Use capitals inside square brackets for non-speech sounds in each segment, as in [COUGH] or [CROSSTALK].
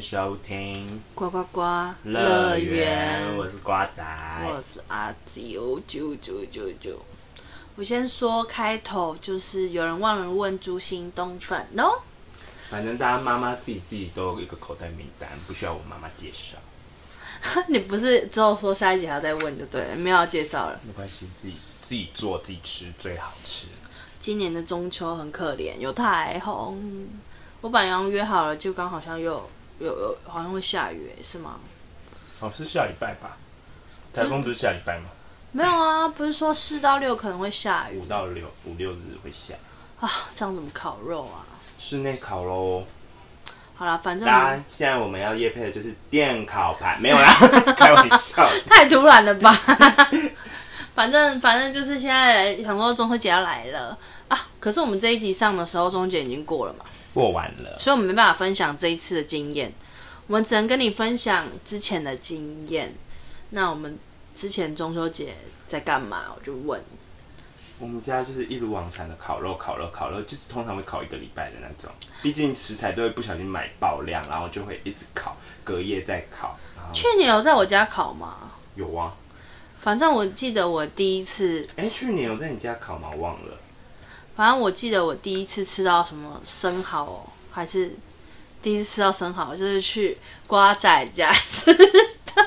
收听呱呱呱乐园，我是瓜仔。我是阿九九九九九。我先说开头，就是有人忘了问朱星东粉哦。 [LAUGHS] 反正大家妈妈自己自己都有一个口袋名单，不需要我妈妈介绍，你不是之后说下一集还要再问就对了，没有要介绍了。没关系，自己自己做自己吃最好吃。今年的中秋很可怜，有台风。我本来要约好了，就刚好像又有有好像会下雨，是吗？哦，是下礼拜吧？台风不是下礼拜吗？没有啊，不是说四到六可能会下雨五到六五六日会下。啊？这样怎么烤肉啊？室内烤喽，好啦，反正大家现在我们要夜配的就是电烤盘，没有啦， [LAUGHS] 开玩笑。太突然了吧？ [LAUGHS] 反正反正就是现在来想说中秋节要来了啊，可是我们这一集上的时候，中秋节已经过了嘛，过完了，所以我们没办法分享这一次的经验，我们只能跟你分享之前的经验。那我们之前中秋节在干嘛？我就问，我们家就是一如往常的烤肉，烤肉，烤肉，就是通常会烤一个礼拜的那种。毕竟食材都会不小心买爆量，然后就会一直烤，隔夜再烤。然后去年有在我家烤吗？有啊，反正我记得我第一次，哎、去年有在你家烤吗？我忘了。反正我记得我第一次吃到什么生蚝、哦，还是第一次吃到生蚝，就是去瓜仔家吃的。 [LAUGHS]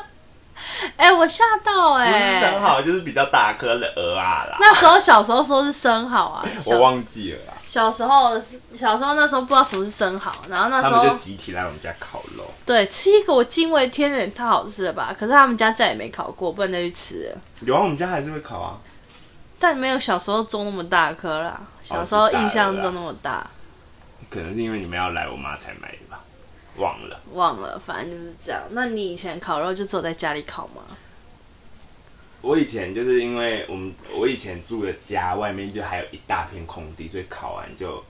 哎、我吓到不哎、是生蚝，就是比较大颗的鹅啊啦。那时候小时候说是生蚝啊，我小忘记了啦，小时候是小时候那时候不知道什么是生蚝，然后那他时们就候集体来我们家烤肉。对吃一个我惊为天人，太好吃了吧？可是他们家再也没烤过，不能再去吃了。有啊，我们家还是会烤啊。但没有小时候种那么大颗啦，小时哦候就大了啦印象中那么大。可能是因为你们要来，我妈才买的吧，忘了。忘了，反正就是这样。那你以前烤肉就只有在家里烤吗？我以前就是因为我们我以前住的家外面就还有一大片空地，所以烤完就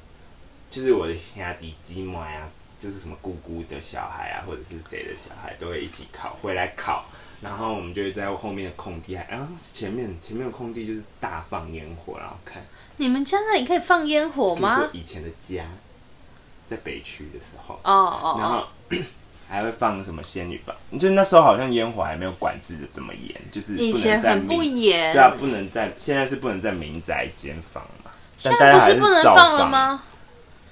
就是我的兄弟鸡妹啊，就是什么姑姑的小孩啊，或者是谁的小孩都会一起烤回来烤，然后我们就会在后面的空地还，然后前面前面的空地就是大放烟火，然后看。你们家那里可以放烟火我说吗？以前的家在北区的时候，哦哦然哦，后 [COUGHS] 还会放什么仙女棒，就那时候好像烟火还没有管制的这么严，就是以不前能在很民不严，对啊，不能在现在是不能在民宅间放嘛？现啊但大在不家还不能照放了？吗？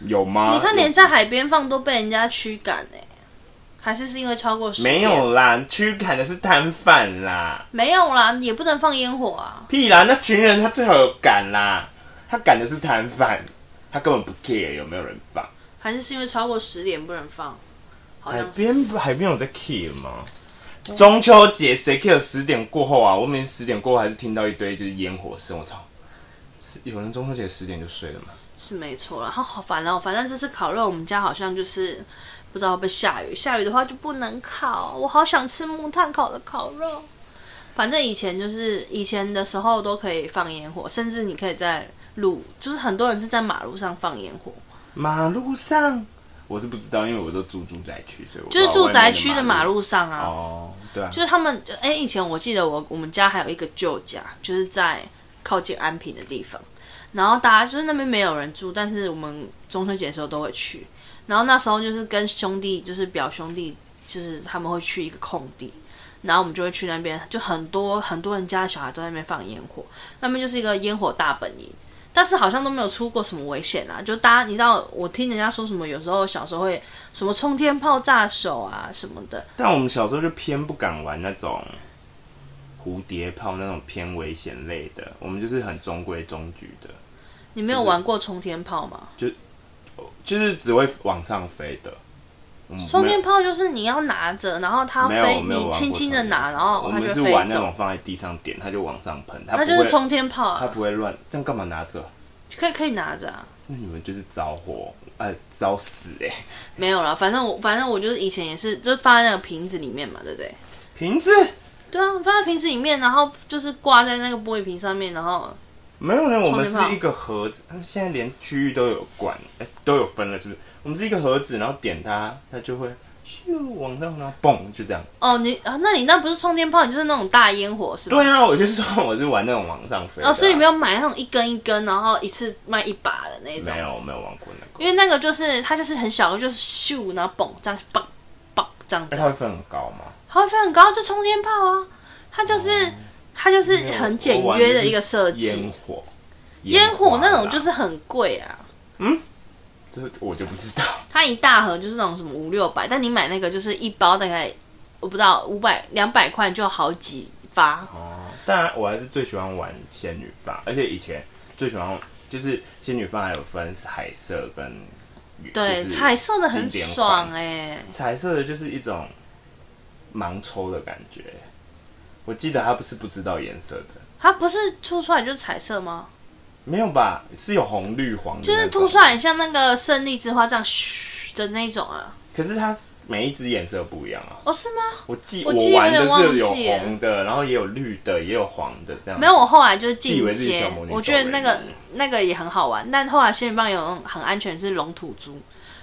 有吗？你看，连有在海边放都被人家驱赶哎，还是是因为超过十没有啦，驱赶的是摊贩啦，没有啦，也不能放烟火啊。屁啦！那群人他最好有赶啦，他赶的是摊贩，他根本不 care 有没有人放。还是是因为超过十点不能放，好海像是。边海边有在 care 吗？中秋节谁 care 十点过后啊？我每天十点过后还是听到一堆就是烟火声，我操！是有人中秋节十点就睡了吗？是没错啦，然后好烦哦、反正这次烤肉，我们家好像就是不知道会不会下雨，下雨的话就不能烤。我好想吃木炭烤的烤肉。反正以前就是以前的时候都可以放烟火，甚至你可以在路，就是很多人是在马路上放烟火，马路上我是不知道，因为我都住住宅区，所以我就是住宅区的的马路上啊。哦，对啊，就是他们，哎、以前我记得我我们家还有一个旧家，就是在靠近安平的地方，然后大家就是那边没有人住，但是我们中秋节的时候都会去，然后那时候就是跟兄弟，就是表兄弟，就是他们会去一个空地。然后我们就会去那边，就很多很多人家的小孩都在那边放烟火，那边就是一个烟火大本营，但是好像都没有出过什么危险啊。就大家你知道，我听人家说什么，有时候小时候会什么冲天炮炸手啊什么的，但我们小时候就偏不敢玩那种蝴蝶炮那种偏危险类的，我们就是很中规中矩的，你没有玩过冲天炮吗？就是只会往上飞的。我们冲没有天炮就是你要拿着，然后它没有飞，没有玩你过轻轻的拿，然我后它们就是飞玩那走种，放在地上点，它就往上喷，它那不就是会冲天炮它啊，不会乱，这样干嘛拿着？可以可以拿着啊。那你们就是着火，呃，着死哎、欸！没有啦，反正我反正我就是以前也是，就放在那个瓶子里面嘛，对不对？瓶子对啊，放在瓶子里面，然后就是挂在那个玻璃瓶上面，然后没有呢，我们充是电宝一个盒子，现在连区域都有管，哎、都有分了，是不是？我们是一个盒子，然后点它，它就会咻往上，然后蹦，就这样。哦，你啊，那你那不是冲天炮，你就是那种大烟火是吧？对啊，我就说我是玩那种往上飞的啊、哦，所以你没有有买那种一根一根，然后一次卖一把的那种没。有没有玩过那个，因为那个就是它就是很小，就是咻，然后嘣这样嘣嘣这样那子哎它，会分很高吗？它会飞很高，就冲天炮啊，它就是、哦它就是很简约的一个设烟计。火，啊烟火花那种啦就是很贵啊，这我就不知道， [LAUGHS] 它一大盒就是那种什么五六百，但你买那个就是一包大概我不知道五百两百块就好几发，哦当然我还是最喜欢玩仙女棒，而且以前最喜欢就是仙女棒还有分海色跟对，就是彩色的很经典款爽哎、彩色的就是一种盲抽的感觉。我记得它不是不知道颜色的，它不是凸出来就是彩色吗？没有吧？是有红绿黄的，就是凸出。来很像那个胜利之花这样嘘的那种啊？可是它每一只颜色不一样啊。哦，是吗？我记我我记得玩的有点是有忘记了红的，然后也有绿的，也有黄的这样。没有，，我后来就是自以进为自己阶小魔，女我觉得那斗个人那个也很好玩，但后来仙女棒有那种很安全，是龙吐珠，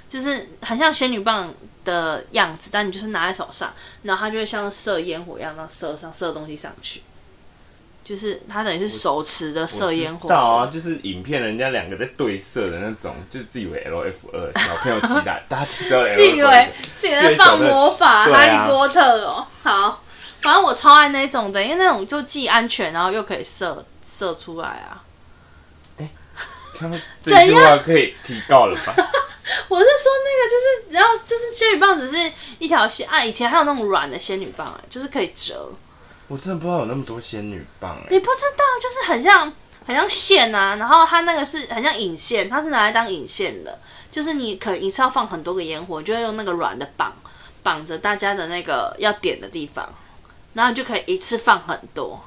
就是很像仙女棒的样子，但你就是拿在手上，然后它就会像射烟火一样，那样射上射东西上去，就是它等于是手持的射烟火到啊，就是影片人家两个在对射的那种，就自以为 L F 二小朋友期待，大家只知道 L F [LAUGHS] 自以为自以为在放魔法《对哈啊利波特》哦。好，反正我超爱那一种的，因为那种就既安全，然后又可以射射出来啊。看到这句话可以提高了吧？ [LAUGHS] 我是说那个就是，然后就是仙女棒只是一条线啊，以前还有那种软的仙女棒、哎，就是可以折。我真的不知道有那么多仙女棒哎、你不知道，就是很像很像线啊，然后它那个是很像引线，它是拿来当引线的，就是你可一次要放很多个烟火，就会用那个软的绑绑着大家的那个要点的地方，然后你就可以一次放很多。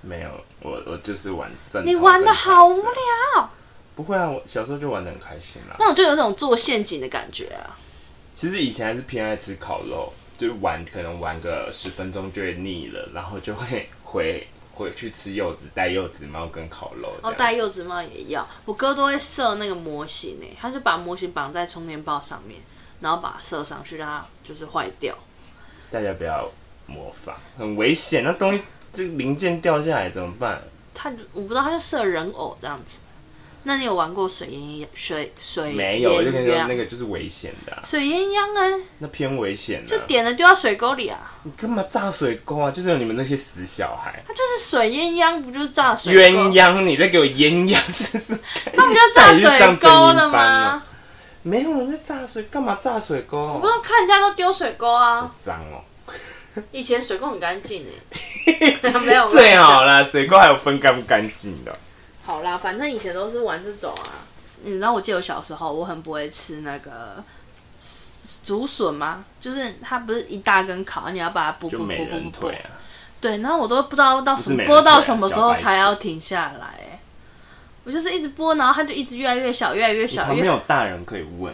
没有，我我就是玩正统跟彩色。你玩的好无聊，不会啊，我小时候就玩的很开心啦。那种就有种做陷阱的感觉啊。其实以前还是偏爱吃烤肉，就玩可能玩个十分钟就会腻了，然后就会回 [LAUGHS] 回去吃柚子，带柚子猫跟烤肉这哦，样。戴柚子帽也要，我哥都会射那个模型诶、他就把模型绑在充电宝上面，然后把它射上去，让它就是坏掉。大家不要模仿，很危险。那东西这个零件掉下来怎么办？他就我不知道，他就射人偶这样子。那你有玩过水烟水水没有，我就跟你烟说鸯那个就是危险的啊、水烟枪哎、那偏危险、啊。就点了丢到水沟里啊！你干嘛炸水沟啊？就是有你们那些死小孩。它就是水烟鸯，不就是炸水沟？啊鸳鸯，你在给我鸳鸯，这是它不就炸水沟的吗？哦没有人在炸水，干嘛炸水沟我？都看人家都丢水沟啊！脏哦，以前水沟很干净 [LAUGHS] 哎，没有最好。啦，水沟还有分干不干净的。好啦，反正以前都是玩这种啊。你知道，我记得我小时候我很不会吃那个竹笋吗？就是它不是一大根烤，你要把它剥剥就美剥剥人剥剥腿。啊，对，然后我都不知道到什么不是美人播到腿啊什么时候小白才要停下来、欸我就是一直播，然后它就一直越来越小，越来越小，旁越边有大人可以问，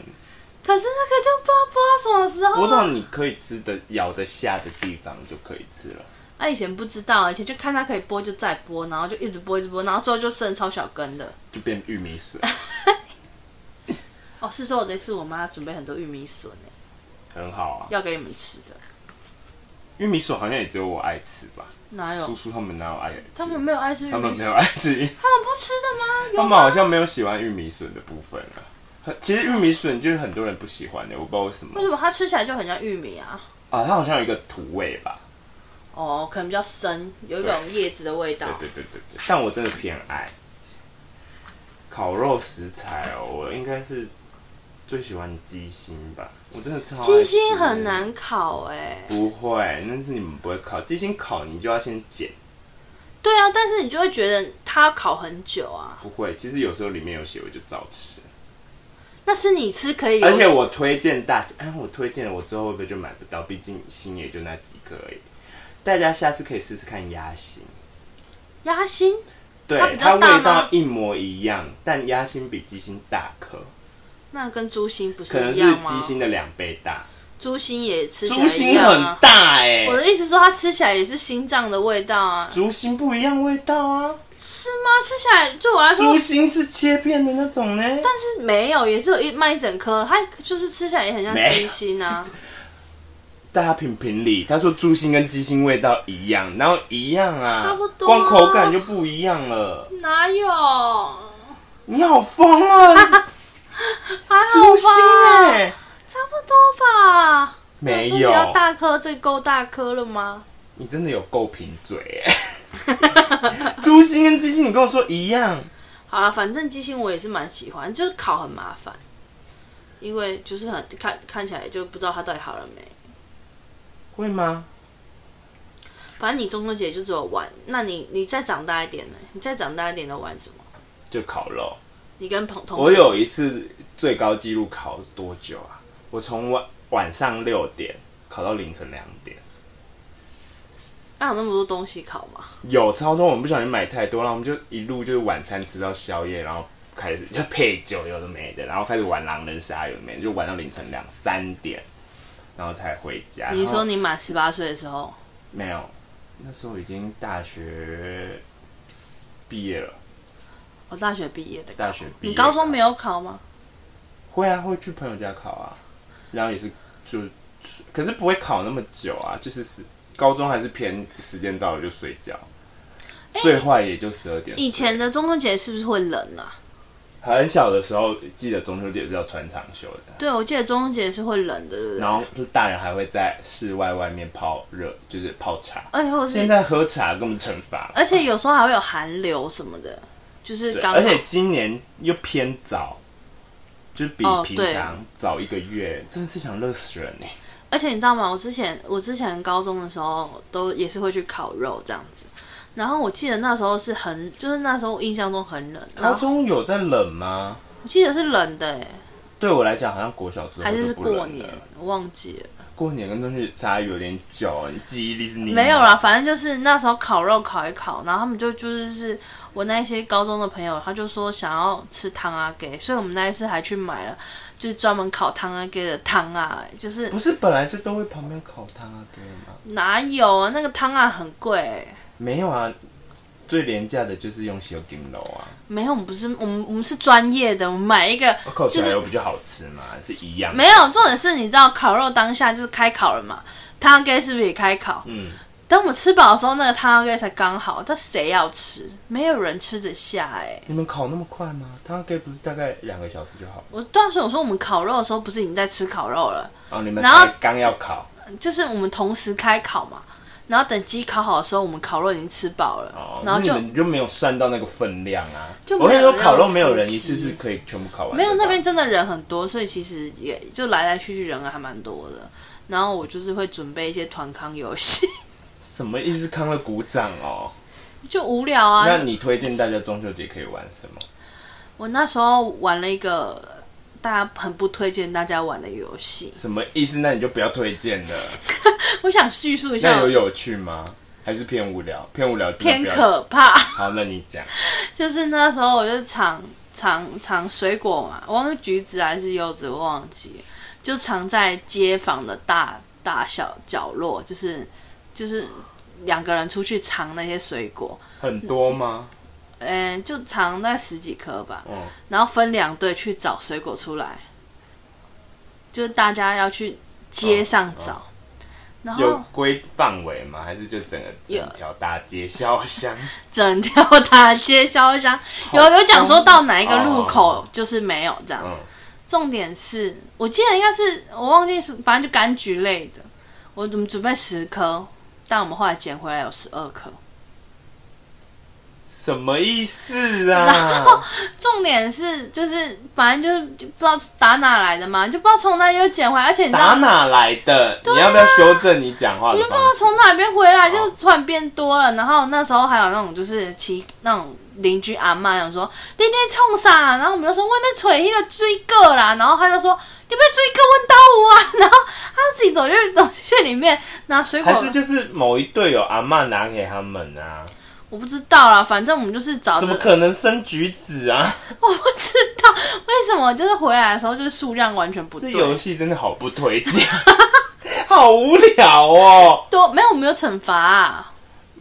可是那个就不知道播到什么时播候啊。到你可以吃的、咬得下的地方就可以吃了。啊，以前不知道，以前就看它可以播就再播，然后就一直播一直播，然后最后就剩超小根的。就变玉米笋，啊哦，是说我这次我妈准备很多玉米笋、欸很好啊。要给你们吃的，玉米笋好像也只有我爱吃吧，哪有叔？叔他们哪有爱吃？哎他们没有爱吃玉米，他他们们没有爱吃，不吃的他吗？有们好像没有喜欢玉米笋的部分啊。很其实玉米笋就是很多人不喜欢的，我不知道为什么为什么它吃起来就很像玉米啊？啊。它好像有一个土味吧？哦，可能比较深，有一种叶子的味道对。对对对对。但我真的偏爱烤肉食材哦，我应该是最喜欢鸡心吧。我真的超爱吃鸡心很。难烤哎、不会，那是你们不会烤鸡心烤，你就要先剪。对啊，但是你就会觉得它烤很久啊。不会，其实有时候里面有血，我就照吃。那是你吃可以有，而且我推荐大家，哎，我推荐了，我之后会不会就买不到？毕竟心也就那几个而已。大家下次可以试试看鸭心，鸭心它对，比较大吗味道一模一样，但鸭心比鸡心大颗，那跟猪心不是可能一是样吗？鸡心的两倍大。猪心也吃起猪来一心样很啊。大哎、我的意思说，它吃起来也是心脏的味道啊，猪心不一样味道啊， [LAUGHS] 是吗？吃起来对我来说猪，心是切片的那种呢。但是没有，也是有一卖一整颗，它就是吃起来也很像没有鸡心啊。大家评评理，他说猪心跟鸡心味道一样，然后一样啊，差不多光口感就不一样了。哪有？你好疯啊， [LAUGHS] 还好啊猪心吧，哎、差不多吧。没说有不，要大颗，这够大颗了吗？你真的有够贫嘴 [LAUGHS] 欸。猪心跟鸡心，你跟我说一样，好了，反正鸡心我也是蛮喜欢，就是烤很麻烦，因为就是很看看起来就不知道它到底好了没。会吗？反正你中秋节就只有玩，那你你再长大一点呢？你再长大一点都玩什么？就烤肉。你跟朋同学我有一次最高纪录烤多久啊？我从晚晚上六点烤到凌晨两点，那有那么多东西烤吗？有超多我们不小心买太多，然后我们就一路就是晚餐吃到宵夜，然后开始就配酒有的没的，然后开始玩狼人杀有的没的，就玩到凌晨两三点，然后才回家。你然后说你满十八岁的时候，没有？那时候已经大学毕业了，我大学毕业的烤，大学毕业你高中烤没有烤吗？会啊，会去朋友家烤啊，然后也是就，可是不会烤那么久啊，就是是高中还是偏时间到了就睡觉，最坏也就十二点。以前的中秋节是不是会冷啊？很小的时候，记得中秋节是要穿长袖的，对，我记得中秋节是会冷的，对不对？然后就大人还会在室外外面泡热，就是泡茶。而哎且或现是，在喝茶根本惩罚，而且有时候还会有寒流什么的，就是对，刚好而且今年又偏早，就是比哦平对常早一个月，真的是想热死人呢、欸而且你知道吗？我之前我之前高中的时候都也是会去烤肉这样子，然后我记得那时候是很，就是那时候我印象中很冷，然高后中有在冷吗？我记得是冷的、欸，对我来讲，好像国小之后还是就是不冷过了年，我忘记了。过年跟中秋差有点久，你记忆力是你没有啊啦，。反正就是那时候烤肉烤一烤，然后他们就就是是我那一些高中的朋友，他就说想要吃汤阿给，所以我们那一次还去买了，就是专门烤汤阿给的汤啊，就是不是本来就都会旁边烤汤啊，对吗？哪有啊，那个汤啊很贵欸、没有啊，最廉价的就是用小金楼啊，没有，我们不是我们我们是专业的，我们买一个哦烤起就来是有比较好吃嘛，是一样。没，有，重点是你知道烤肉当下就是开烤了嘛，汤阿给是不是也开烤？嗯，等我们吃饱的时候，那个汤阿给才刚好，但谁要吃？没有人吃得下哎、你们烤那么快吗？汤啊给不是大概两个小时就好我当时我说我们烤肉的时候不是已经在吃烤肉了，哦，你们然后才刚要烤就是我们同时开烤嘛。然后等鸡烤好的时候，我们烤肉已经吃饱了，哦，然后就那你们就没有算到那个分量啊。就没有我跟你说，烤肉人要没有人一吃次是可以全部烤完的吧。没有那边真的人很多，所以其实也就来来去去人还蛮多的。然后我就是会准备一些团康游戏， [LAUGHS] 什么意思？康乐鼓掌哦。就无聊啊。那你推荐大家中秋节可以玩什么？我那时候玩了一个大家很不推荐大家玩的游戏，什么意思？那你就不要推荐了。 [LAUGHS] 我想叙述一那下有，有趣吗？还是偏无聊？偏无聊，偏真的不要。可怕。好，那你讲。 [LAUGHS] 就是那时候我就尝尝尝水果嘛，我忘了橘子还是柚子，我忘记了，就藏在街坊的大大小角落，就是就是两个人出去尝那些水果，很多吗？嗯，就尝那十几颗吧，嗯，然后分两队去找水果出来，就是大家要去街上找，然哦有后规范围吗？还是就整个哦有整条大街小巷？整条大街小巷有有讲说到哪一个路口就是没有这样。哦嗯，重点是我记得应该是我忘记是，反正就柑橘类的。我怎么准备十颗，但我们后来捡回来有十二颗。什么意思啊？重点是就是反正就是就不知道打哪来的嘛，就不知道从哪里又捡回来，而且你知打道。哪来的？啊你要不要修正你讲话我的就不知道方式？从哪边回来，就是突然变多了。然后那时候还有那种就是骑那种邻居阿妈想说你在冲啥，然后我们就说我那锤迄个追个啦，然后他就说你被追个问到我啊， [LAUGHS] 然后他自己走去走去里面拿水果还，是就是某一队有阿嬷拿给他们啊？我不知道啦，反正我们就是找着怎么可能生橘子啊？我不知道为什么，就是回来的时候就是数量完全不这对，游戏真的好不推荐， [LAUGHS] 好无聊哦。都没有没有惩罚、啊，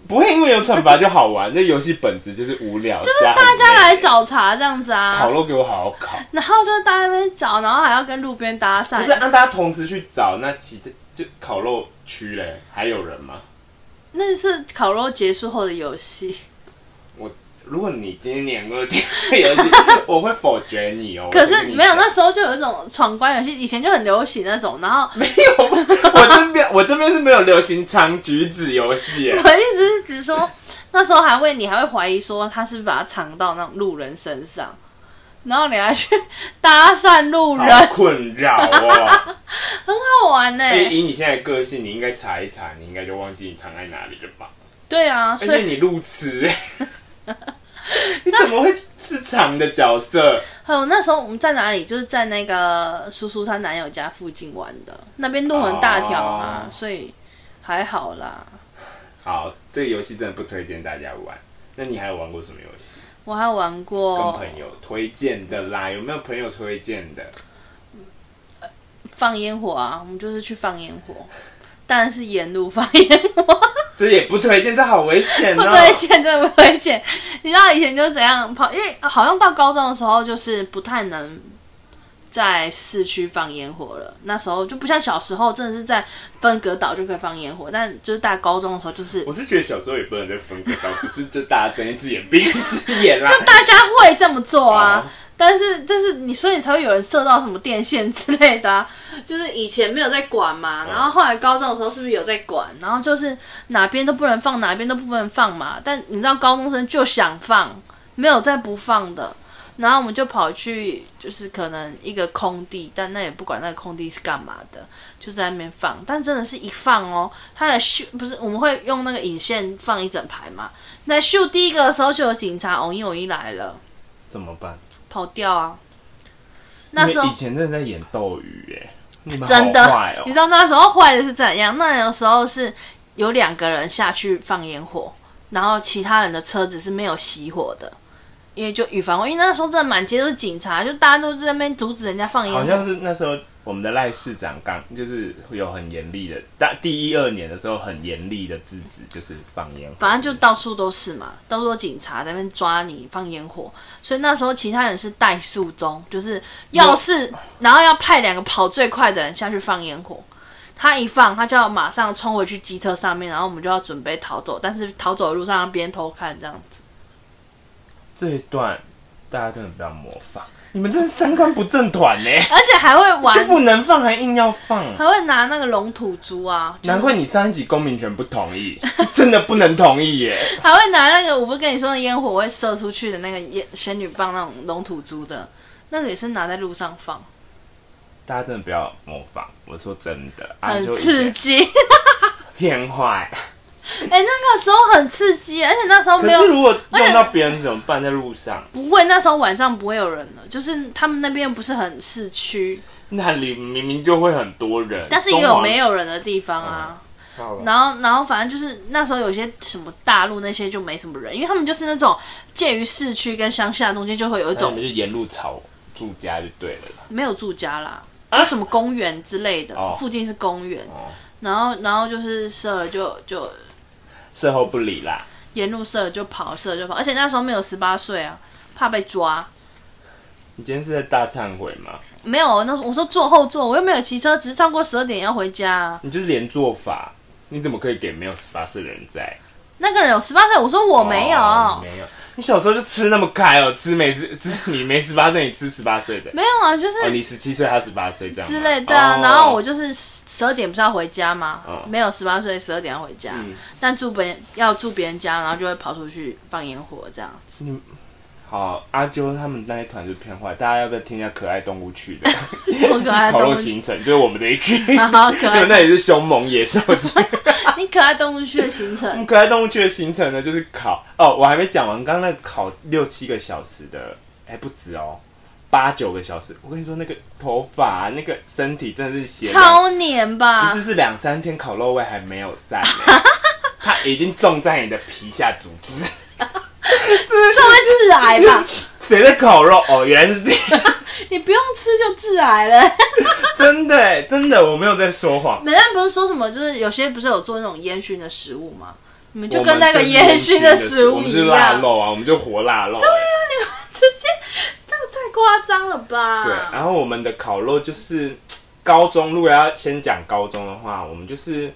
不会因为有惩罚就好玩，这游戏本质就是无聊，就是大家来找茬这样子啊烤。肉给我欸好好烤，然后就是大家在那边找，然后还要跟路边搭不讪是，让大家同时去找那其他就烤肉区嘞，还有人吗？那是烤肉结束后的游戏。我如果你今天连过电话游 [LAUGHS] 戏，我会否决你哦。可我先是跟你没有，讲 [LAUGHS] 那时候就有一种闯关游戏，以前就很流行那种。然后没有，我这边我这边是没有流行长橘子游戏耶我。的意思是指说，那时候还会你还会怀疑说他是不是把它藏到那种路人身上，然后你还去搭讪路人，好困扰 [LAUGHS] 哦！好玩呢、以以你现在的个性，你应该查一查，你应该就忘记你藏在哪里了吧？对啊，而 [LAUGHS] 所且以你路痴， [LAUGHS] 你怎么会是长的角色？还有那时候我们在哪里，就是在那个叔叔她男友家附近玩的，那边路很大条啊，哦所以还好啦。好，这个游戏真的不推荐大家玩。那你还有玩过什么游戏？我还玩跟过朋友推荐的啦，有没有朋友推荐的？放烟火啊，我们就是去放烟火，当然是沿路放烟火，这也不推荐，这好危险不哦！推荐，真的不推荐。你知道以前就是怎样跑，因为好像到高中的时候就是不太能在市区放烟火了，那时候就不像小时候真的是在分隔岛就可以放烟火，但就是大高中的时候就是我是觉得小时候也不能再分割到，只是就大家睁一只眼闭一只眼 [LAUGHS] 啦。大家会这么做啊，哦但是就是你，所以才会有人射到什么电线之类的、啊， [LAUGHS] 就是以前没有在管嘛，然后后来高中的时候是不是有在管？然后就是哪边都不能放，哪边都不能放嘛。但你知道高中生就想放，没有再不放的。然后我们就跑去，就是可能一个空地，但那也不管那个空地是干嘛的，就在那边放。但真的是一放哦，它的咻不是我们会用那个引线放一整排嘛？那咻第一个的时候就有警察哦一哦一来了。怎么办？跑掉啊。那时候以前真的在演斗鱼哎，你们好真的，坏哦 [LAUGHS] 你知道那时候坏的是怎样？那有时候是有两个人下去放烟火，然后其他人的车子是没有熄火的，因为就预防。因为那时候真的满街都是警察，就大家都在那边阻止人家放烟好火。像是那时候我们的赖市长刚就是有很严厉的，但第一二年的时候很严厉的制止，就是放烟火。反正就到处都是嘛，到处都警察在那边抓你放烟火，所以那时候其他人是带速中，就是要是然后要派两个跑最快的人下去放烟火，他一放他就要马上冲回去机车上面，然后我们就要准备逃走，但是逃走的路上让别人偷看这样子，这一段大家真的不要模仿，你们真是三观不正团 [LAUGHS] 呢、而且还会就玩，不能放还硬要 [LAUGHS] 放。还会拿那个龙吐珠啊，就是难怪你上一集公民权不同意， [LAUGHS] 真的不能同意耶！还会拿那个我不是跟你说的烟火会射出去的那个烟仙女棒那种龙吐珠的，那个也是拿在路上放，大家真的不要模仿，我说真的，啊、很就以刺前激。偏 [LAUGHS] 坏。哎、那个时候很刺激，而且那时候可没有是如果用到别人怎么办？在路上，不会，那时候晚上不会有人了，就是他们那边又不是很市区，那里明明就会很多人，但是也有没有人的地方啊。中华？然后，然后反正就是那时候有些什么大陆那些就没什么人，因为他们就是那种介于市区跟乡下中间，就会有一那我种们就沿路吵住家就对了啦。没有住家啦，就什么公园之类的，啊哦附近是公园。哦然后，然后就是射了就就事后不理啦，沿路射了就跑，射了就跑，而且那时候没有十八岁啊，怕被抓。你今天是在大忏悔吗？没有，那时候我说坐后座，我又没有骑车，只是超过十二点要回家、啊。你就是连做法，你怎么可以给没有十八岁的人在？那个人有十八岁，我说我没有，哦没有。你小时候就吃那么开哦，吃没吃吃你没十八岁，你吃十八岁的，没有啊，就是哦，你十七岁，他十八岁这样吗之类的啊。哦然后我就是十二点不是要回家吗？哦嗯没有十八岁，十二点要回家，但住别人要住别人家，然后就会跑出去放烟火 [LAUGHS] 这样。你好，阿啾他们那一团是偏坏，大家要不要听一下可爱动物去 [LAUGHS] 的？么可爱烤 [LAUGHS] 动物肉行程就是我们的一区， [LAUGHS] 好 [LAUGHS] 可因为爱，那里是凶猛野兽区。你可爱动物区的 [LAUGHS] 行我程们嗯可爱动物区的行程呢，就是烤哦，我还没讲完，刚刚那个烤六七个小时的，哎、不止哦，八九个小时。我跟你说，那个头发、那个身体真的是血超黏吧不？ [LAUGHS] 是是两三天烤肉味还没有散呢、 [LAUGHS] 它已经种在你的皮下组织。 [LAUGHS] 这会致癌吧？谁在烤肉？哦，原来是这样， [LAUGHS] 你不用吃就致癌了。真的哎、真的，我没有在说谎。美兰不是说什么，就是有些不是有做那种烟熏的食物吗？你们就我跟们那个就是烟熏的食我物们是一腊样，肉啊，我们就活腊肉啊、直接这个太夸张了吧？对，然后我们的烤肉就是高中，如果要先讲高中的话，我们就是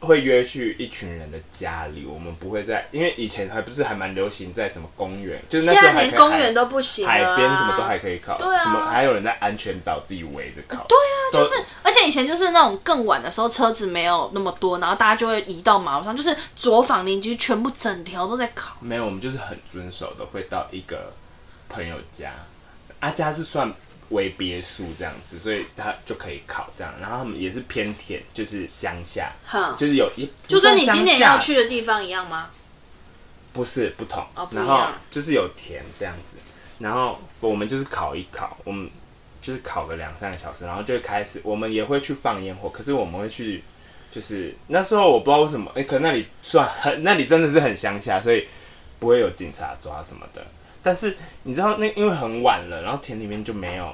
会约去一群人的家里，我们不会在，因为以前还不是还蛮流行在什么公园，就是那现时候在还可以连公园海都不行了、海啊，边什么都还可以烤，对啊什么还有人在安全岛自己围着烤，对啊，都就是，而且以前就是那种更晚的时候，车子没有那么多，然后大家就会移到马路上，就是左坊邻居全部整条都在烤。没有，我们就是很遵守的，会到一个朋友家，阿、家是算为别墅这样子，所以他就可以烤这样，然后他们也是偏田，就是乡下，哼，就是有一嗯就跟你今年要要去的地方一样吗？不是不同，哦不一然样后就是有甜这样子，然后我们就是烤一烤，我们就是烤个两三个小时，然后就会开始，我们也会去放烟火，可是我们会去，就是那时候我不知道为什么，哎、可那里算很，那里真的是很乡下，所以不会有警察抓什么的。但是你知道那因为很晚了，然后田里面就没有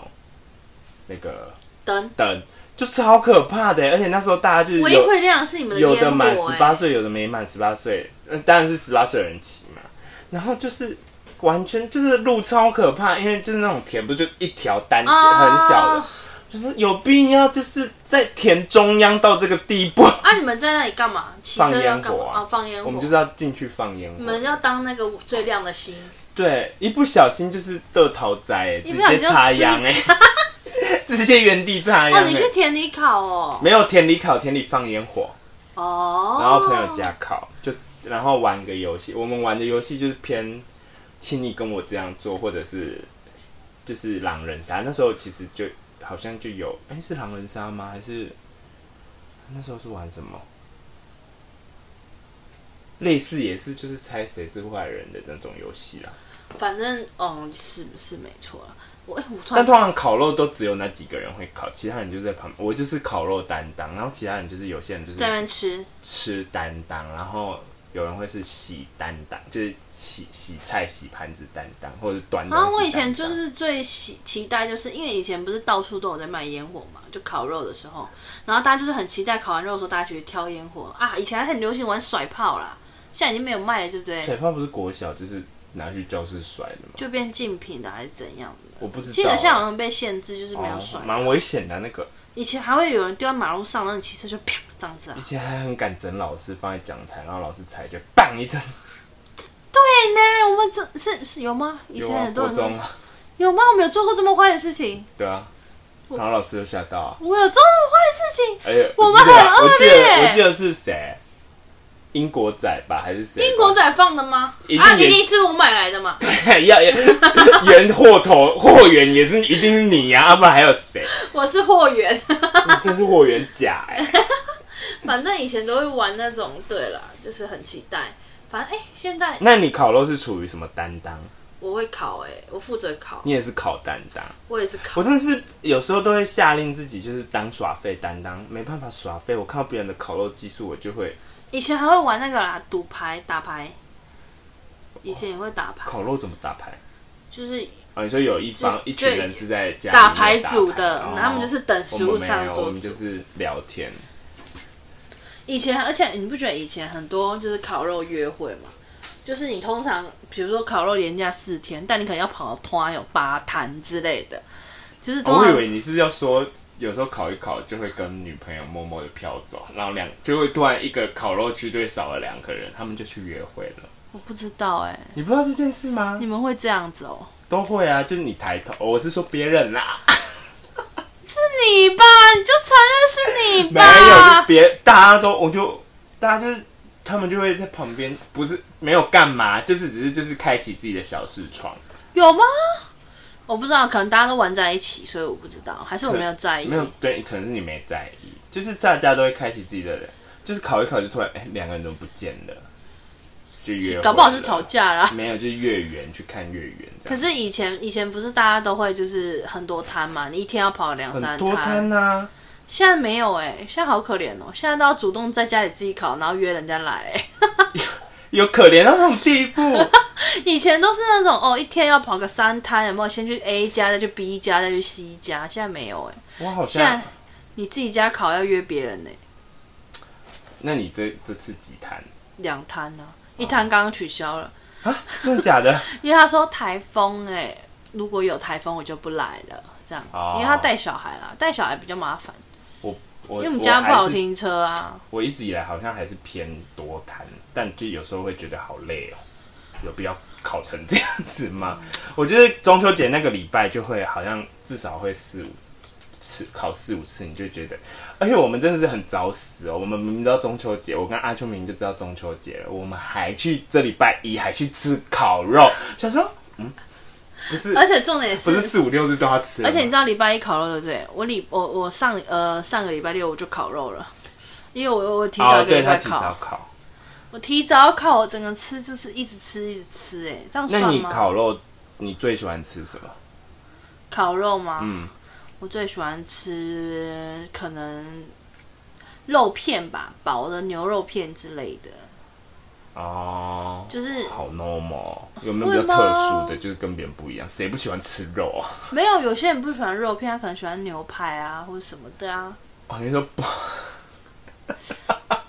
那个灯，灯，就超可怕的，而且那时候大家就是唯一有会亮的是你们有烟的满火、十八哎，岁，有的没满十八岁，呃当然是十八岁的人骑嘛。然后就是完全就是路超可怕，因为就是那种田不就一条单子、啊很小的，就是有必要就是在田中央到这个地步，啊，你们在那里干嘛？骑放车要烟干火嘛？啊，放烟火。我们就是要进去放烟你火们。要当那个最亮的星，对，一不小心就是得逃灾、欸一直不小心接就插秧吃哎、 [LAUGHS] 直接原地插秧、哦，欸。你去田里烤哦，没有田里烤，田里放烟火。哦，然后朋友家考，就然后玩个游戏。我们玩的游戏就是偏，请你跟我这样做，或者是就是狼人杀。那时候其实就好像就有，哎、是狼人杀吗？还是那时候是玩什么？类似也是就是猜谁是坏人的那种游戏啦。反正哦是是没错了，我哎、我突但然通常烤肉都只有那几个人会烤，其他人就在旁边。我就是烤肉担当，然后其他人就是有些人就是在那边吃，吃担当，然后有人会是洗担当，就是洗洗菜、洗盘子担当，或者是端东然西后啊我以担前当就是最期期待，就是因为以前不是到处都有在卖烟火嘛，就烤肉的时候，然后大家就是很期待烤完肉的时候，大家去挑烟火啊。以前还很流行玩甩炮啦，现在已经没有卖了，对不对？水泡不是国小，就是拿去教室甩的吗？就变竞品啊的还是怎样的？我不知道啊，记得现在好像被限制，就是没有甩哦。蛮危险的啊。那个以前还会有人丢在马路上，然后你骑车就啪这样子啊以。前还很敢整老师，放在讲台，然后老师踩就砰一声。对呢，我们这是是有吗？以有前啊，很多国人中啊，有吗？我们有做过这么坏的事情？对啊，然后老师就吓到啊。我有做这么坏的事情？而且我们记得啊很恶我记得劣我记得是谁？英国仔吧，还是谁吧？英国仔放的吗？一定啊，也一定是我买来的嘛。 [LAUGHS] 要要原货头货源也是一定是你呀、啊，不然还有谁？我是货源， [LAUGHS] 你真是货源假哎、反正以前都会玩那种，对啦，就是很期待。反正哎、现在那你烤肉是处于什么担当？我会烤、哎，我负责烤，你也是烤担当。我也是烤我。真的是有时候都会下令自己，就是当耍废担当，没办法耍废。我看到别人的烤肉技术，我就会以前还会玩那个啦，赌牌、打牌。以前也会打牌，烤肉怎么打牌？就是啊，你说有一方就是一群人是在家里面打牌组的，打牌哦然后他们就是等食我物们没上有，我桌们煮就。是聊天。以前，而且你不觉得以前很多就是烤肉约会嘛？就是你通常比如说烤肉连假四天，但你可能要跑到团有八摊之类的，就是通哦我常以为你是要说，有时候烤一烤就会跟女朋友默默的飘走，然后两就会突然一个烤肉区就会少了两个人，他们就去约会了。我不知道哎、你不知道这件事吗你？们会这样子哦、都会啊，就是你抬头，我是说别人 [LAUGHS] 啦，你吧，你就承认是你没有吧就。别大家都，我就大家就是他们就会在旁边，不是没有干嘛，就是只是就是开启自己的小视窗，有吗？我不知道，可能大家都玩在一起，所以我不知道，还是我没有在意。没有对，可能是你没在意，就是大家都会开启自己的人，就是烤一烤就突然哎两、个人都不见了，就约会了搞不好是吵架啦。没有，就是月圆去看月圆这可样。是以前以前不是大家都会就是很多摊嘛，你一天要跑两三很多摊啊，现在没有哎、现在好可怜哦、现在都要主动在家里自己烤，然后约人家来、欸。 [LAUGHS] 有可怜到那种地步。以前都是那种哦，一天要跑个三摊，有没有？先去 A 家，再去 B 家，再去 C 家。现在没有哎、我好现在像，你自己家烤要约别人欸呢、那你这这次几摊两摊呢、一摊刚刚取消了，啊？真的假的？因为他说台风哎、如果有台风我就不来了，这样，哦因为他带小孩啦，带小孩比较麻烦。我我因为我们家不好我还是停车啊。我一直以来好像还是偏多谈，但就有时候会觉得好累哦，有必要考成这样子吗？ [LAUGHS] 我觉得中秋节那个礼拜就会好像至少会四五次考四五次，你就觉得，而且我们真的是很早死哦。我们明明知道中秋节，我跟阿秋明明就知道中秋节了，我们还去这礼拜一还去吃烤 [LAUGHS] 肉，想说，嗯，不是而且重点不是四五六日都要吃了而吗，且你知道礼拜一烤肉对不对？我礼我我上呃上个礼拜六我就烤肉了，因为我我提早哦，一个对礼他拜提烤，早烤。我提早烤，我整个吃就是一直吃一直吃、哎，这样算那吗？你烤肉你最喜欢吃什么？烤肉吗？嗯，我最喜欢吃可能肉片吧，薄的牛肉片之类的，哦，就是好 normal，哦有没有比较特殊的？就是跟别人不一样，谁不喜欢吃肉啊？没有有些人不喜欢肉片，他可能喜欢牛排啊或者什么的啊，哦，你说 [LAUGHS] 不，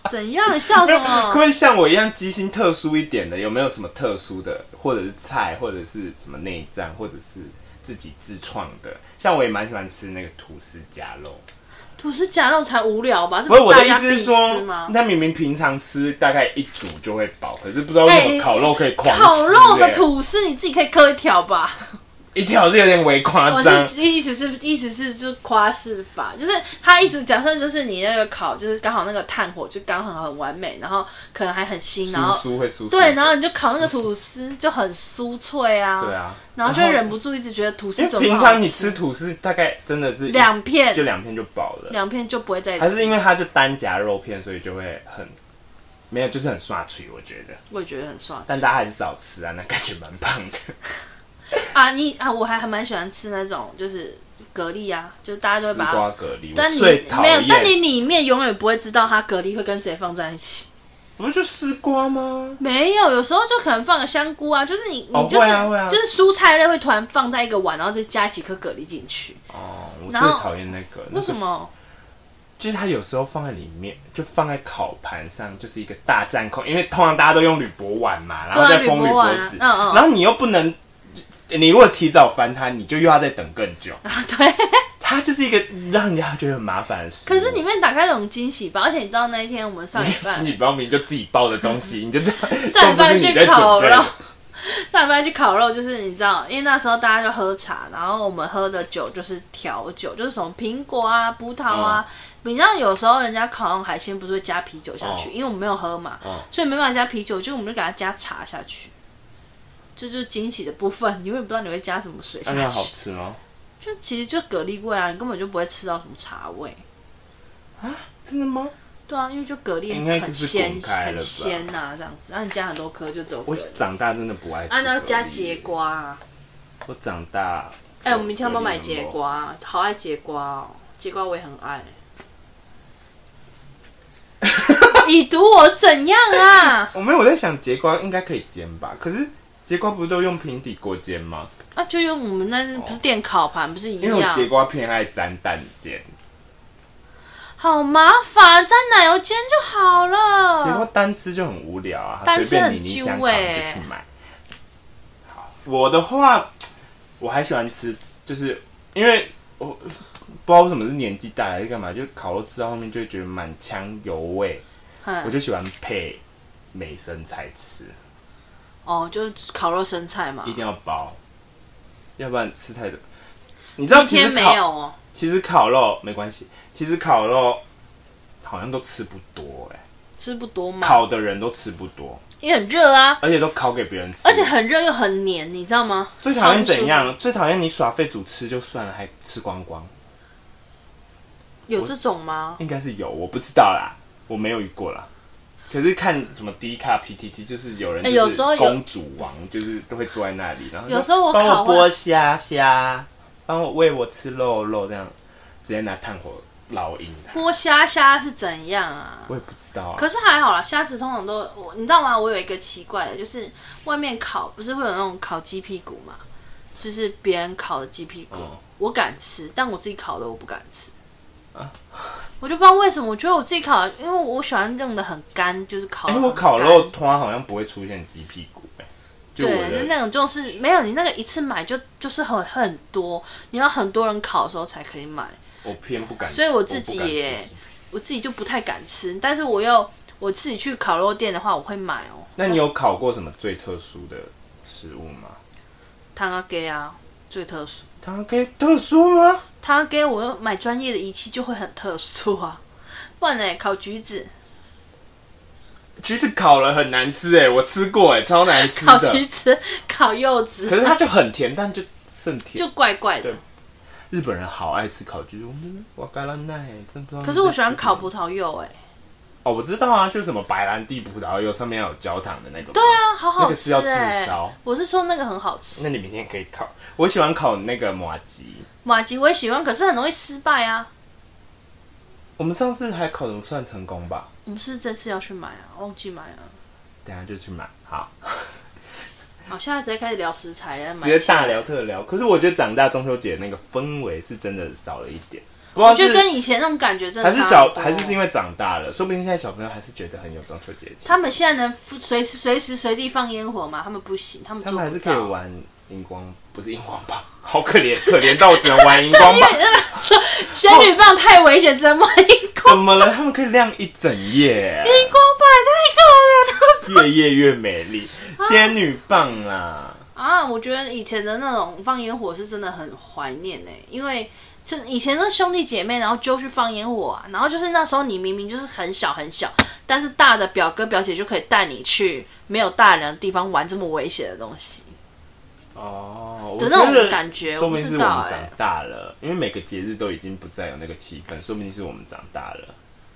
怎样笑什可不么？可以像我一样基因特殊一点的？有没有什么特殊的，或者是菜，或者是什么内脏，或者是自己自创的？像我也蛮喜欢吃那个吐司夹肉。吐司夹肉才无聊吧？这不是我的大意家思必是哎吃说吗，？那明明平常吃大概一煮就会饱，可是不知道为什哎么烤肉可以狂吃、烤肉的哎吐司你自己可以刻一 [LAUGHS] 条吧？一条是有点微我夸张，是意思是意思是就是夸饰法，就是他一直假设就是你那个烤就是刚好那个炭火就刚好很完美，然后可能还很新，然酥后酥会酥酥的。对，然后你就烤那个吐司就很酥脆啊，对，啊，然后就会忍不住一直觉得吐司因怎为么平好常你吃吃吐司大概真的是一两片就两片就饱了，两片就不会再还是吃，因为它就单夹肉片，所以就会很没有，就是很刷嘴，我觉得。我也觉得很爽但大家还是少吃啊，那感觉蛮胖的。啊！你啊，我还还蛮喜欢吃那种就是蛤蜊啊，就大家都丝 [LAUGHS] 会把它，瓜蛤蜊，但我你最讨没有，但你厌，里面永远不会知道它蛤蜊会跟谁放在一起。不就丝瓜吗？没有，有时候就可能放个香菇啊，就是你哦你就是、会啊会啊就是蔬菜类会突然放在一个碗，然后再加几颗蛤蜊进去，啊哦，我最然后讨厌那个，那为什个么？就是它有时候放在里面，就放在烤盘上，就是一个大占空，因为通常大家都用铝箔碗嘛，然后再封铝箔碗啊纸，，嗯嗯，然后你又不能，你如果提早翻它，你就又要再等更久。 [LAUGHS] 对。它就是一个让人家觉得很麻烦的事。[LAUGHS] 可是里面打开这种惊喜吧，而且你知道那一天我们上礼拜请你不要明就自己包的东西， [LAUGHS] 你就这样，上这种礼拜不是你去在烤准备啊肉的，上礼拜去烤肉，就是你知道，因为那时候大家就喝茶，然后我们喝的酒就是调酒，就是什么苹果啊、葡萄啊。你知道有时候人家烤那种海鲜不是会加啤酒下去，哦因为我们没有喝嘛，哦所以没办法加啤酒，就我们就给它加茶下去。这就是惊喜的部分，你永远不知道你会加什么水下那哎好去，吃吗？就其实就蛤蜊味啊，你根本就不会吃到什么茶味。真的吗？对啊，因为就蛤蜊应该很就是鲜滚开了吧很鲜呐、这样子，然后你加很多颗就只有蛤我蜊。长大真的不爱吃。按照啊加节。瓜啊，我长大，哎、我们明天要不要买节有？瓜啊？好爱节瓜哦，节瓜我也很 [LAUGHS] 爱。你读我怎样啊？ [LAUGHS] 我没有，我在想节瓜应该可以煎吧？可是节瓜不是都用平底锅煎吗？啊，就用我们那不是电烤盘，不是一因为我样？节瓜偏爱沾蛋煎，好麻烦，沾奶油煎就好节瓜了。单吃就很无聊啊，嗯单随吃便你很你揪想烤欸你就去买。好，我的话，我还喜欢吃，就是因为我不知道为什么是年纪大了还是干嘛，就烤肉吃到后面就会觉得满腔油味，我嗯，就喜欢配美生菜吃，哦，就是烤肉生菜嘛一。定要包，要不然吃太多。你知道那其实天没烤有哦，其实烤肉没关系，其实烤肉好像都吃不多哎、吃不多嘛，烤的人都吃不多，也很热啊，而且都烤给别人吃，而且很热又很黏，你知道吗？最讨厌超不舒服怎？样？最讨厌你耍废主吃就算了，还吃光光，有这种吗？应该是有，我不知道啦，我没有遇过啦。可是看什么低卡 PTT，就是有人哎就是有时候有公主王，就是都会坐在那里，然后就有时候我帮烤我完剥虾虾，帮我喂我吃肉肉这样，直接拿炭火烙赢他，剥虾虾是怎样啊？我也不知道啊。可是还好啦，虾子通常都我你知道吗？我有一个奇怪的，就是外面烤不是会有那种烤鸡屁股嘛，就是别人烤的鸡屁股，嗯我敢吃，但我自己烤的我不敢吃。啊我就不知道为什么，我觉得我自己烤的，因为我喜欢用的很干，就是烤得哎、很干。我烤肉通常好像不会出现鸡屁股、哎，就我对，就的那种就是没有你那个一次买就就是很很多，你要很多人烤的时候才可以买。我偏不敢吃，所以我自己不敢吃也我自己就不太敢吃，但是我又我自己去烤肉店的话，我会买哦。那你有烤过什么最特殊的食物吗？汤阿给啊，最特殊。它可以特殊吗？汤阿给我买专业的仪器就会很特殊 [LAUGHS] 啊，不然呢，烤橘子，橘子烤了很难吃哎、我吃过哎、超难吃烤橘的。子，烤柚可子，是它就很甜，但就剩甜。就怪怪的对。日本人好爱吃烤橘子，我们哇嗯嘎啦奈，真不知道。可是我喜欢烤葡萄柚、哎，哦，我知道啊，就是什么白兰地葡萄柚上面要有焦糖的那个。对。啊，好那好个是吃、要哎，自烧我是说那个很好吃，那你明天可以烤。我喜欢烤那个马吉。马吉我也喜欢，可是很容易失败啊。我们上次还烤的算成功吧？我们是不是这次要去买啊，忘记买了。等一下就去买，好，好，哦现在直接开始聊食材了，买直接起来大聊特聊。可是我觉得长大中秋节那个氛围是真的少了一点，不知我道觉得是跟以前那种感觉真的还是差小很多还是是因为长大了，说不定现在小朋友还是觉得很有中秋节气，他们现在能随时随时随地放烟火吗？他们不行，他们他做们不到。还是可以玩荧光，不是荧光棒， [LAUGHS] 好可怜，可怜到我只能玩荧光因棒为。那个说仙女棒太危险，怎么荧光怎么了？他们可以亮一整夜，荧光棒太可怜了越夜越美丽，仙女棒啦！ [LAUGHS] 啊！我觉得以前的那种放烟火是真的很怀念呢、因为这以前的兄弟姐妹，然后就去放烟火啊，然后就是那时候你明明就是很小很小，但是大的表哥表姐就可以带你去没有大人的地方玩这么危险的东西。哦，的我那种觉得感觉说我不不定知是我道们欸长大了，因为每个节日都已经不再有那个气氛，说不定是我们长大了。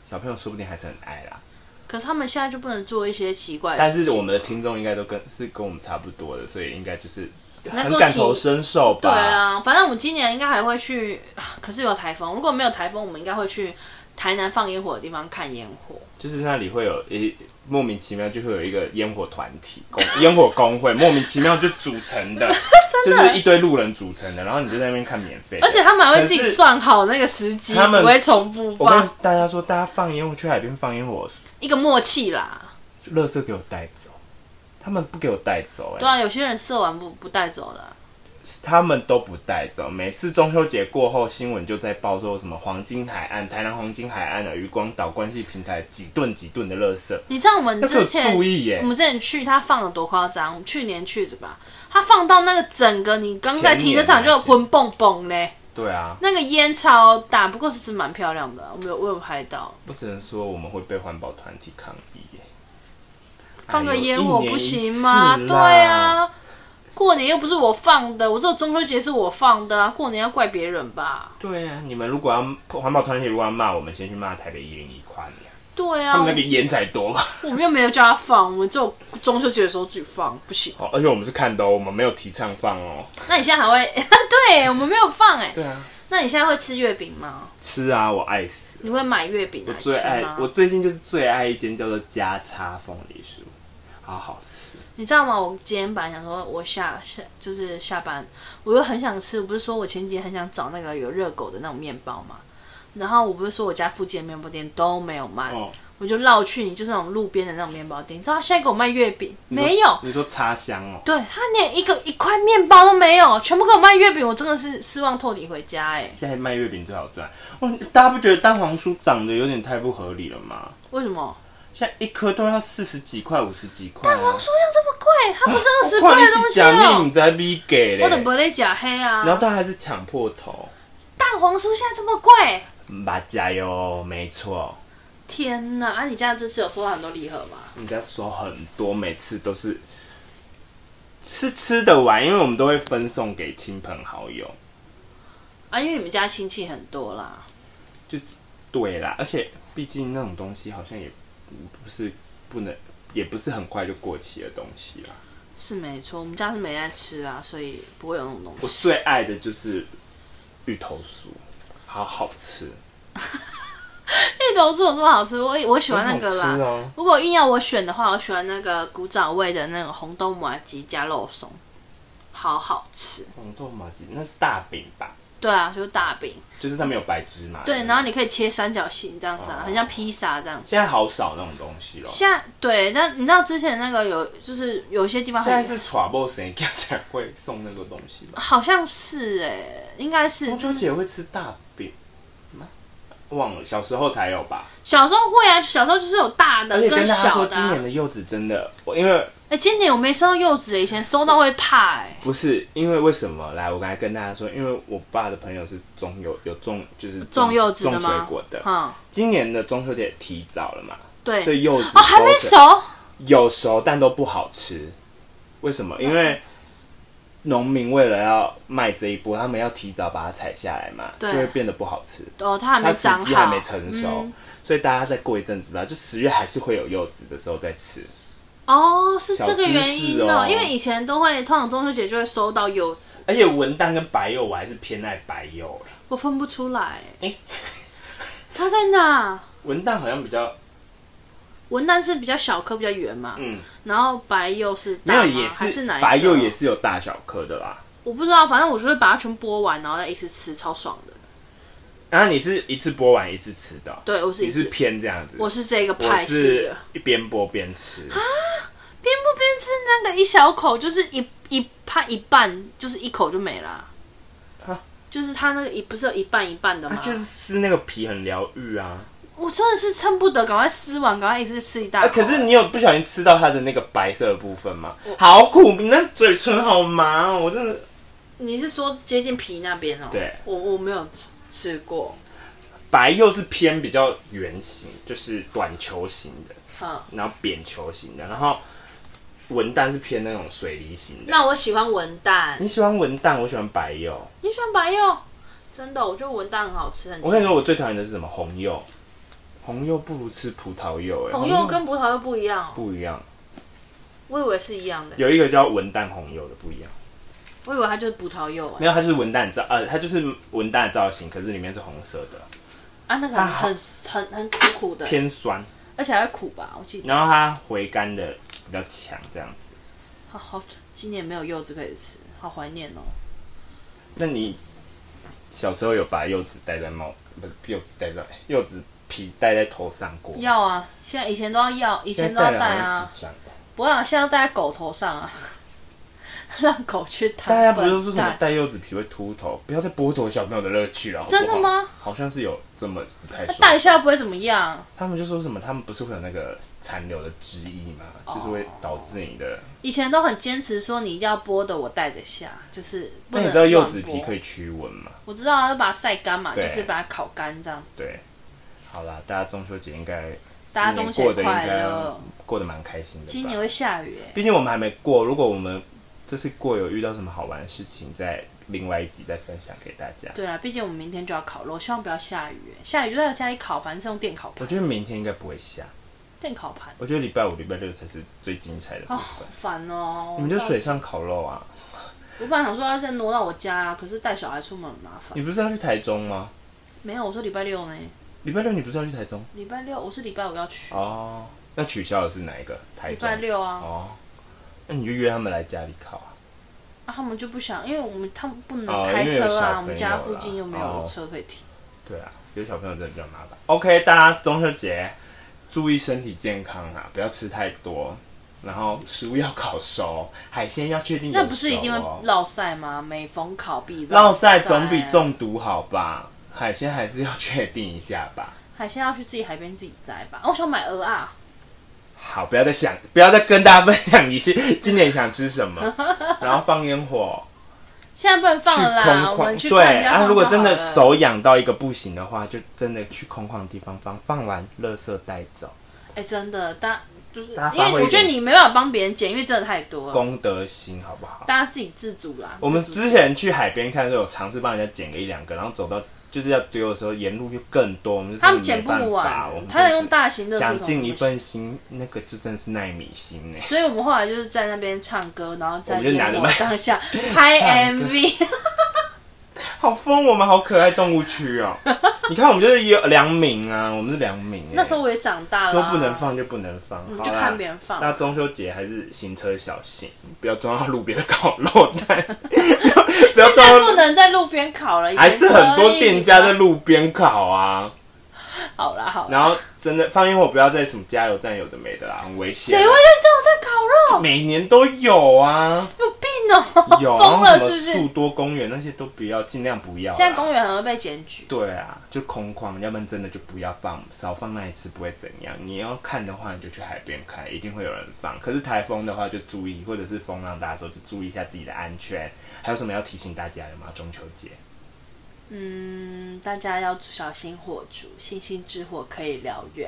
小朋友说不定还是很爱啦，可是他们现在就不能做一些奇怪的但事情，是我们的听众应该都跟是跟我们差不多的，所以应该就是能很够感体同身受吧。对啊，反正我们今年应该还会去，啊可是有台风。如果没有台风，我们应该会去台南放烟火的地方看烟火。就是那里会有一莫名其妙就会有一个烟火团体，公烟火工 [LAUGHS] 会莫名其妙就组成 [LAUGHS] 的，就是一堆路人组成的，然后你就在那边看免费的，而且他们还会可自是己。算好那个时机，他们不会重复我跟放，大家说，大家放烟火去海边放烟火，一个默契啦。垃圾给我带走，他们不给我带走、对哎、啊，有些人射完不不带走的啊、他们都不带走。每次中秋节过后，新闻就在报说什么黄金海岸、台南黄金海岸啊的渔光岛关系平台几吨几吨的垃圾，你知道我们要给我之前注意耶、我们之前去他放的多夸张，我们去年去的吧，他放到那个整个你刚在停车场就前年混蹦蹦嘞，对啊，那个烟超大，不过是真蛮漂亮的啊，我有我有拍到。我只能说我们会被环保团体抗议、耶。放个哎呦烟火一年不哎一行吗？次对啦啊，过年又不是我放的，我只有中秋节是我放的啊，过年要怪别人吧？对啊，你们如果要环保团体如果要骂我们，先去骂台北一零一跨年，对他啊，们那个烟才多吧？我们又没有叫他放，我们只有中秋节的时候自己放，不行。哦，而且我们是看的哦，我们没有提倡放哦。那你现在还会？ [LAUGHS] 对我们没有放哎、对啊，那你现在会吃月饼吗？吃啊，我爱死。你会买月饼我来吃最爱，吗我？最近就是最爱一间叫做加叉凤梨酥，好好吃。你知道吗？我今天本来想说，我下下就是下班，我又很想吃。我不是说我前几天很想找那个有热狗的那种面包嘛，然后我不是说我家附近的面包店都没有卖，哦，我就绕去，你就是那种路边的那种面包店，你知道他现在给我卖月饼你说没有？你说插香哦，对他连一个一块面包都没有，全部给我卖月饼，我真的是失望透顶回家哎、现在卖月饼最好赚。哇，大家不觉得蛋黄酥涨得有点太不合理了吗？为什么？现在一颗都要四十几块、五十几块、啊。蛋黄酥要这么贵？它不是二十我怕块你的东是西假面，哦、你才逼给嘞。我的不勒假黑然后啊！他还是抢破头，蛋黄酥现在这么贵，马加油，没错，天哪！啊，你家这次有收到很多礼盒吗？人家说很多，每次都是是吃得完，因为我们都会分送给亲朋好友，啊，因为你们家亲戚很多啦。就对啦，而且毕竟那种东西好像也不是不能，也不是很快就过期的东西啦。是没错，我们家是没在吃啊，所以不会有那种东我西。最爱的就是芋头酥，好好吃，芋头酥有那么好吃？我我喜欢那个啦很好吃。哦。如果硬要我选的话，我喜欢那个古早味的那个红豆麻吉加肉松，好好吃。红豆麻吉那是大饼吧？对啊，就是大饼，就是上面有白芝麻。对，然后你可以切三角形这样子啊，哎哦很像披萨这样子。现在好少那种东西了。现在对，那你知道之前那个有，就是有些地方现在很是 trouble 谁家才会送那个东西吧？啊好像是哎、应该是中秋节会吃大饼，吗？忘了小时候才有吧。小时候会啊，小时候就是有大的而且跟大家小说，的、今啊。年的柚子真的，我因为哎、今年我没收到柚子，以前收到会怕哎、不是因为为什么？来，我刚才跟大家说，因为我爸的朋友是种有有种就是种柚子的种吗水果的，嗯，今年的中秋节提早了嘛，对。所以柚子哦，还没收成熟，有熟但都不好吃，为什嗯么？因为农民为了要卖这一波，他们要提早把它采下来嘛，就对会变得不好吃，哦，它还它没时长机好，还没成熟，嗯所以大家再过一阵子吧，就十月还是会有柚子的时候再吃。哦，是这个小知原识因哦因为以前都会，通常中秋节就会收到柚子，而且文旦跟白柚，我还是偏爱白柚、欸我分不出来。哎差在哪？文旦好像比较，文旦是比较小颗，比较圆嘛，嗯，然后白柚是没大有吗也还是哪一个白柚也是有大小颗的啦。我不知道，反正我就会把它全剥完，然后再一次吃，超爽的。然啊后你是一次剥完一次吃的哦，对，我是你一是次，偏这样子，我是这个我派系是的，一边剥边吃，边不边吃那个一小口，就是一一它一半就是一口就没了啊。就是它那个一不是有一半一半的吗？啊就是撕那个皮很疗愈啊。我真的是撑不得，赶快撕完，赶快一次吃一大 [LAUGHS] 啊，口。可是你有不小心吃到它的那个白色的部分吗？好苦，你那嘴唇好麻哦，我真的。你是说接近皮那边哦、对，我我没有吃吃过。白柚是偏比较圆形，就是短球形的，嗯，然后扁球形的，然后文旦是偏那种水梨形的。那我喜欢文旦。你喜欢文旦，我喜欢白柚。你喜欢白柚？真的，我觉得文旦很好吃，很我跟你说，我最讨厌的是什么？红柚，红柚不如吃葡萄柚、欸，哎，红柚跟葡萄柚不一样、哦，不一样，我以为是一样的，有一个叫文旦红柚的不一样，我以为它就是葡萄柚、啊没有，它就是文旦造，呃，它就是文旦的造型，可是里面是红色的，啊，那个它好很很很苦苦的，偏酸，而且还会苦吧？我记得然后它回甘的比较强，这样子。好好，今年没有柚子可以吃，好怀念哦。那你小时候有把柚子戴在帽，不是柚子戴在柚子皮戴在头上过？要啊，现在以前都要要，以前现都在要戴了戴好啊像，几张。不要、啊，现在要戴在狗头上啊， [LAUGHS] 让狗去当大家不是说什笨么蛋戴柚子皮会秃头？不要再剥夺小朋友的乐趣了，好不好真的吗？好像是有这么一派说法。戴一下不会怎么样。他们就说什么，他们不是会有那个残留的汁液吗？哦就是会导致你的。以前都很坚持说你一定要剥的，我带得下，就是不那能你知道柚子皮以？可以驱蚊吗？我知道啊，要把它晒干嘛，就对是把它烤干这样子。对，好啦，大家中秋节应该大家中秋今年过得节应快该乐！过得蛮开心的吧。今年会下雨欸耶，毕竟我们还没过，如果我们这次过有遇到什么好玩的事情，再另外一集再分享给大家。对啊，毕竟我们明天就要烤肉，希望不要下雨耶。下雨就在家里烤，反正是用电烤我盘，觉得明天应该不会下，电烤盘我觉得礼拜五、礼拜六才是最精彩的部哦，好分。烦哦。你们就水上烤肉啊？我本来想说要再挪到我家啊，可是带小孩出门很麻烦。你不是要去台中吗？没有，我说礼拜六呢，礼拜六你不是要去台中？礼拜六我是礼拜五要去，哦，哎那取消的是哪一个？台礼中拜。六啊，哦，那你就约他们来家里烤啊。啊他们就不想，因为我们他们不能哦开因为有车小啊，朋我们家友附啦近又没哦有车可以停。对啊，有小朋友真的比较麻烦。OK，大家中秋节注意身体健康啊，不要吃太多，然后食物要烤熟，海鲜要确定有熟、哦。那不是一定会落晒吗？每逢考必绕晒晒总比。中毒好吧？海鲜还是要确定一下吧。海鲜要去自己海边自己摘吧。哦我想买鹅啊，好，不要再想，不要再跟大家分享你是 [LAUGHS] 今年想吃 [LAUGHS] 什么，然后放烟火，现在不能放去了空啦，我们旷去对看人家啊，放如果就真的好了手痒到一个不行的话，就真的去空旷的地方放，放完垃圾带走，哎、真的，大就是大家因发挥为一我觉得点你没办法帮别人捡，因为真的太多了，功德心好不好？大家自己自主啦。我们自主之前去海边看的时候，有尝试帮人家捡个一两个，然后走到就是要丢的时候，沿路就更多，我们就他们真捡的不没办法完我们，他真的能用是大型的想尽一份心，那个就真的是耐米心欸呢、所以我们后来就是在那边唱歌，然后在我们就拿烟着火麦 [LAUGHS] 当下拍唱歌 MV，好疯，我们好可爱动物区 [LAUGHS] 哦、你看我们就是有良民啊，我们是良民、欸。那时候我也长大了，啊说不能，放就不能放，我们好就啦看别人放。那中秋节还是行车小心，不要撞到路边的烤肉 [LAUGHS] 摊，不要现在撞不到，能在路边烤了，以前还是很多可以店家在路边烤啊。好啦好啦，然后真的放烟火不要在什么加油站有的没的啦，很危险啊谁。会在这种在烤肉？每年都有啊，有病哦、有疯啊，了然后是什不么是？树多公园那些都不要，尽量不要啦。现在公园还会被检举，对啊，就空旷，要不然真的就不要放，少放那一次不会怎样。你要看的话，你就去海边看，一定会有人放。可是台风的话就注意，或者是风浪大的时候就注意一下自己的安全。还有什么要提醒大家的吗？中秋 [LAUGHS] 节嗯，大家要小心火烛，星星之火可以燎原。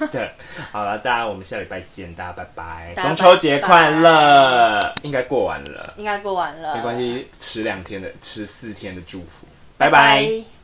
真的好了，大家我们下礼拜见，大家拜拜，大家中拜拜秋节快乐！应该过完了，应该过完了，没关，系，迟两天的，迟四天的祝福，拜拜拜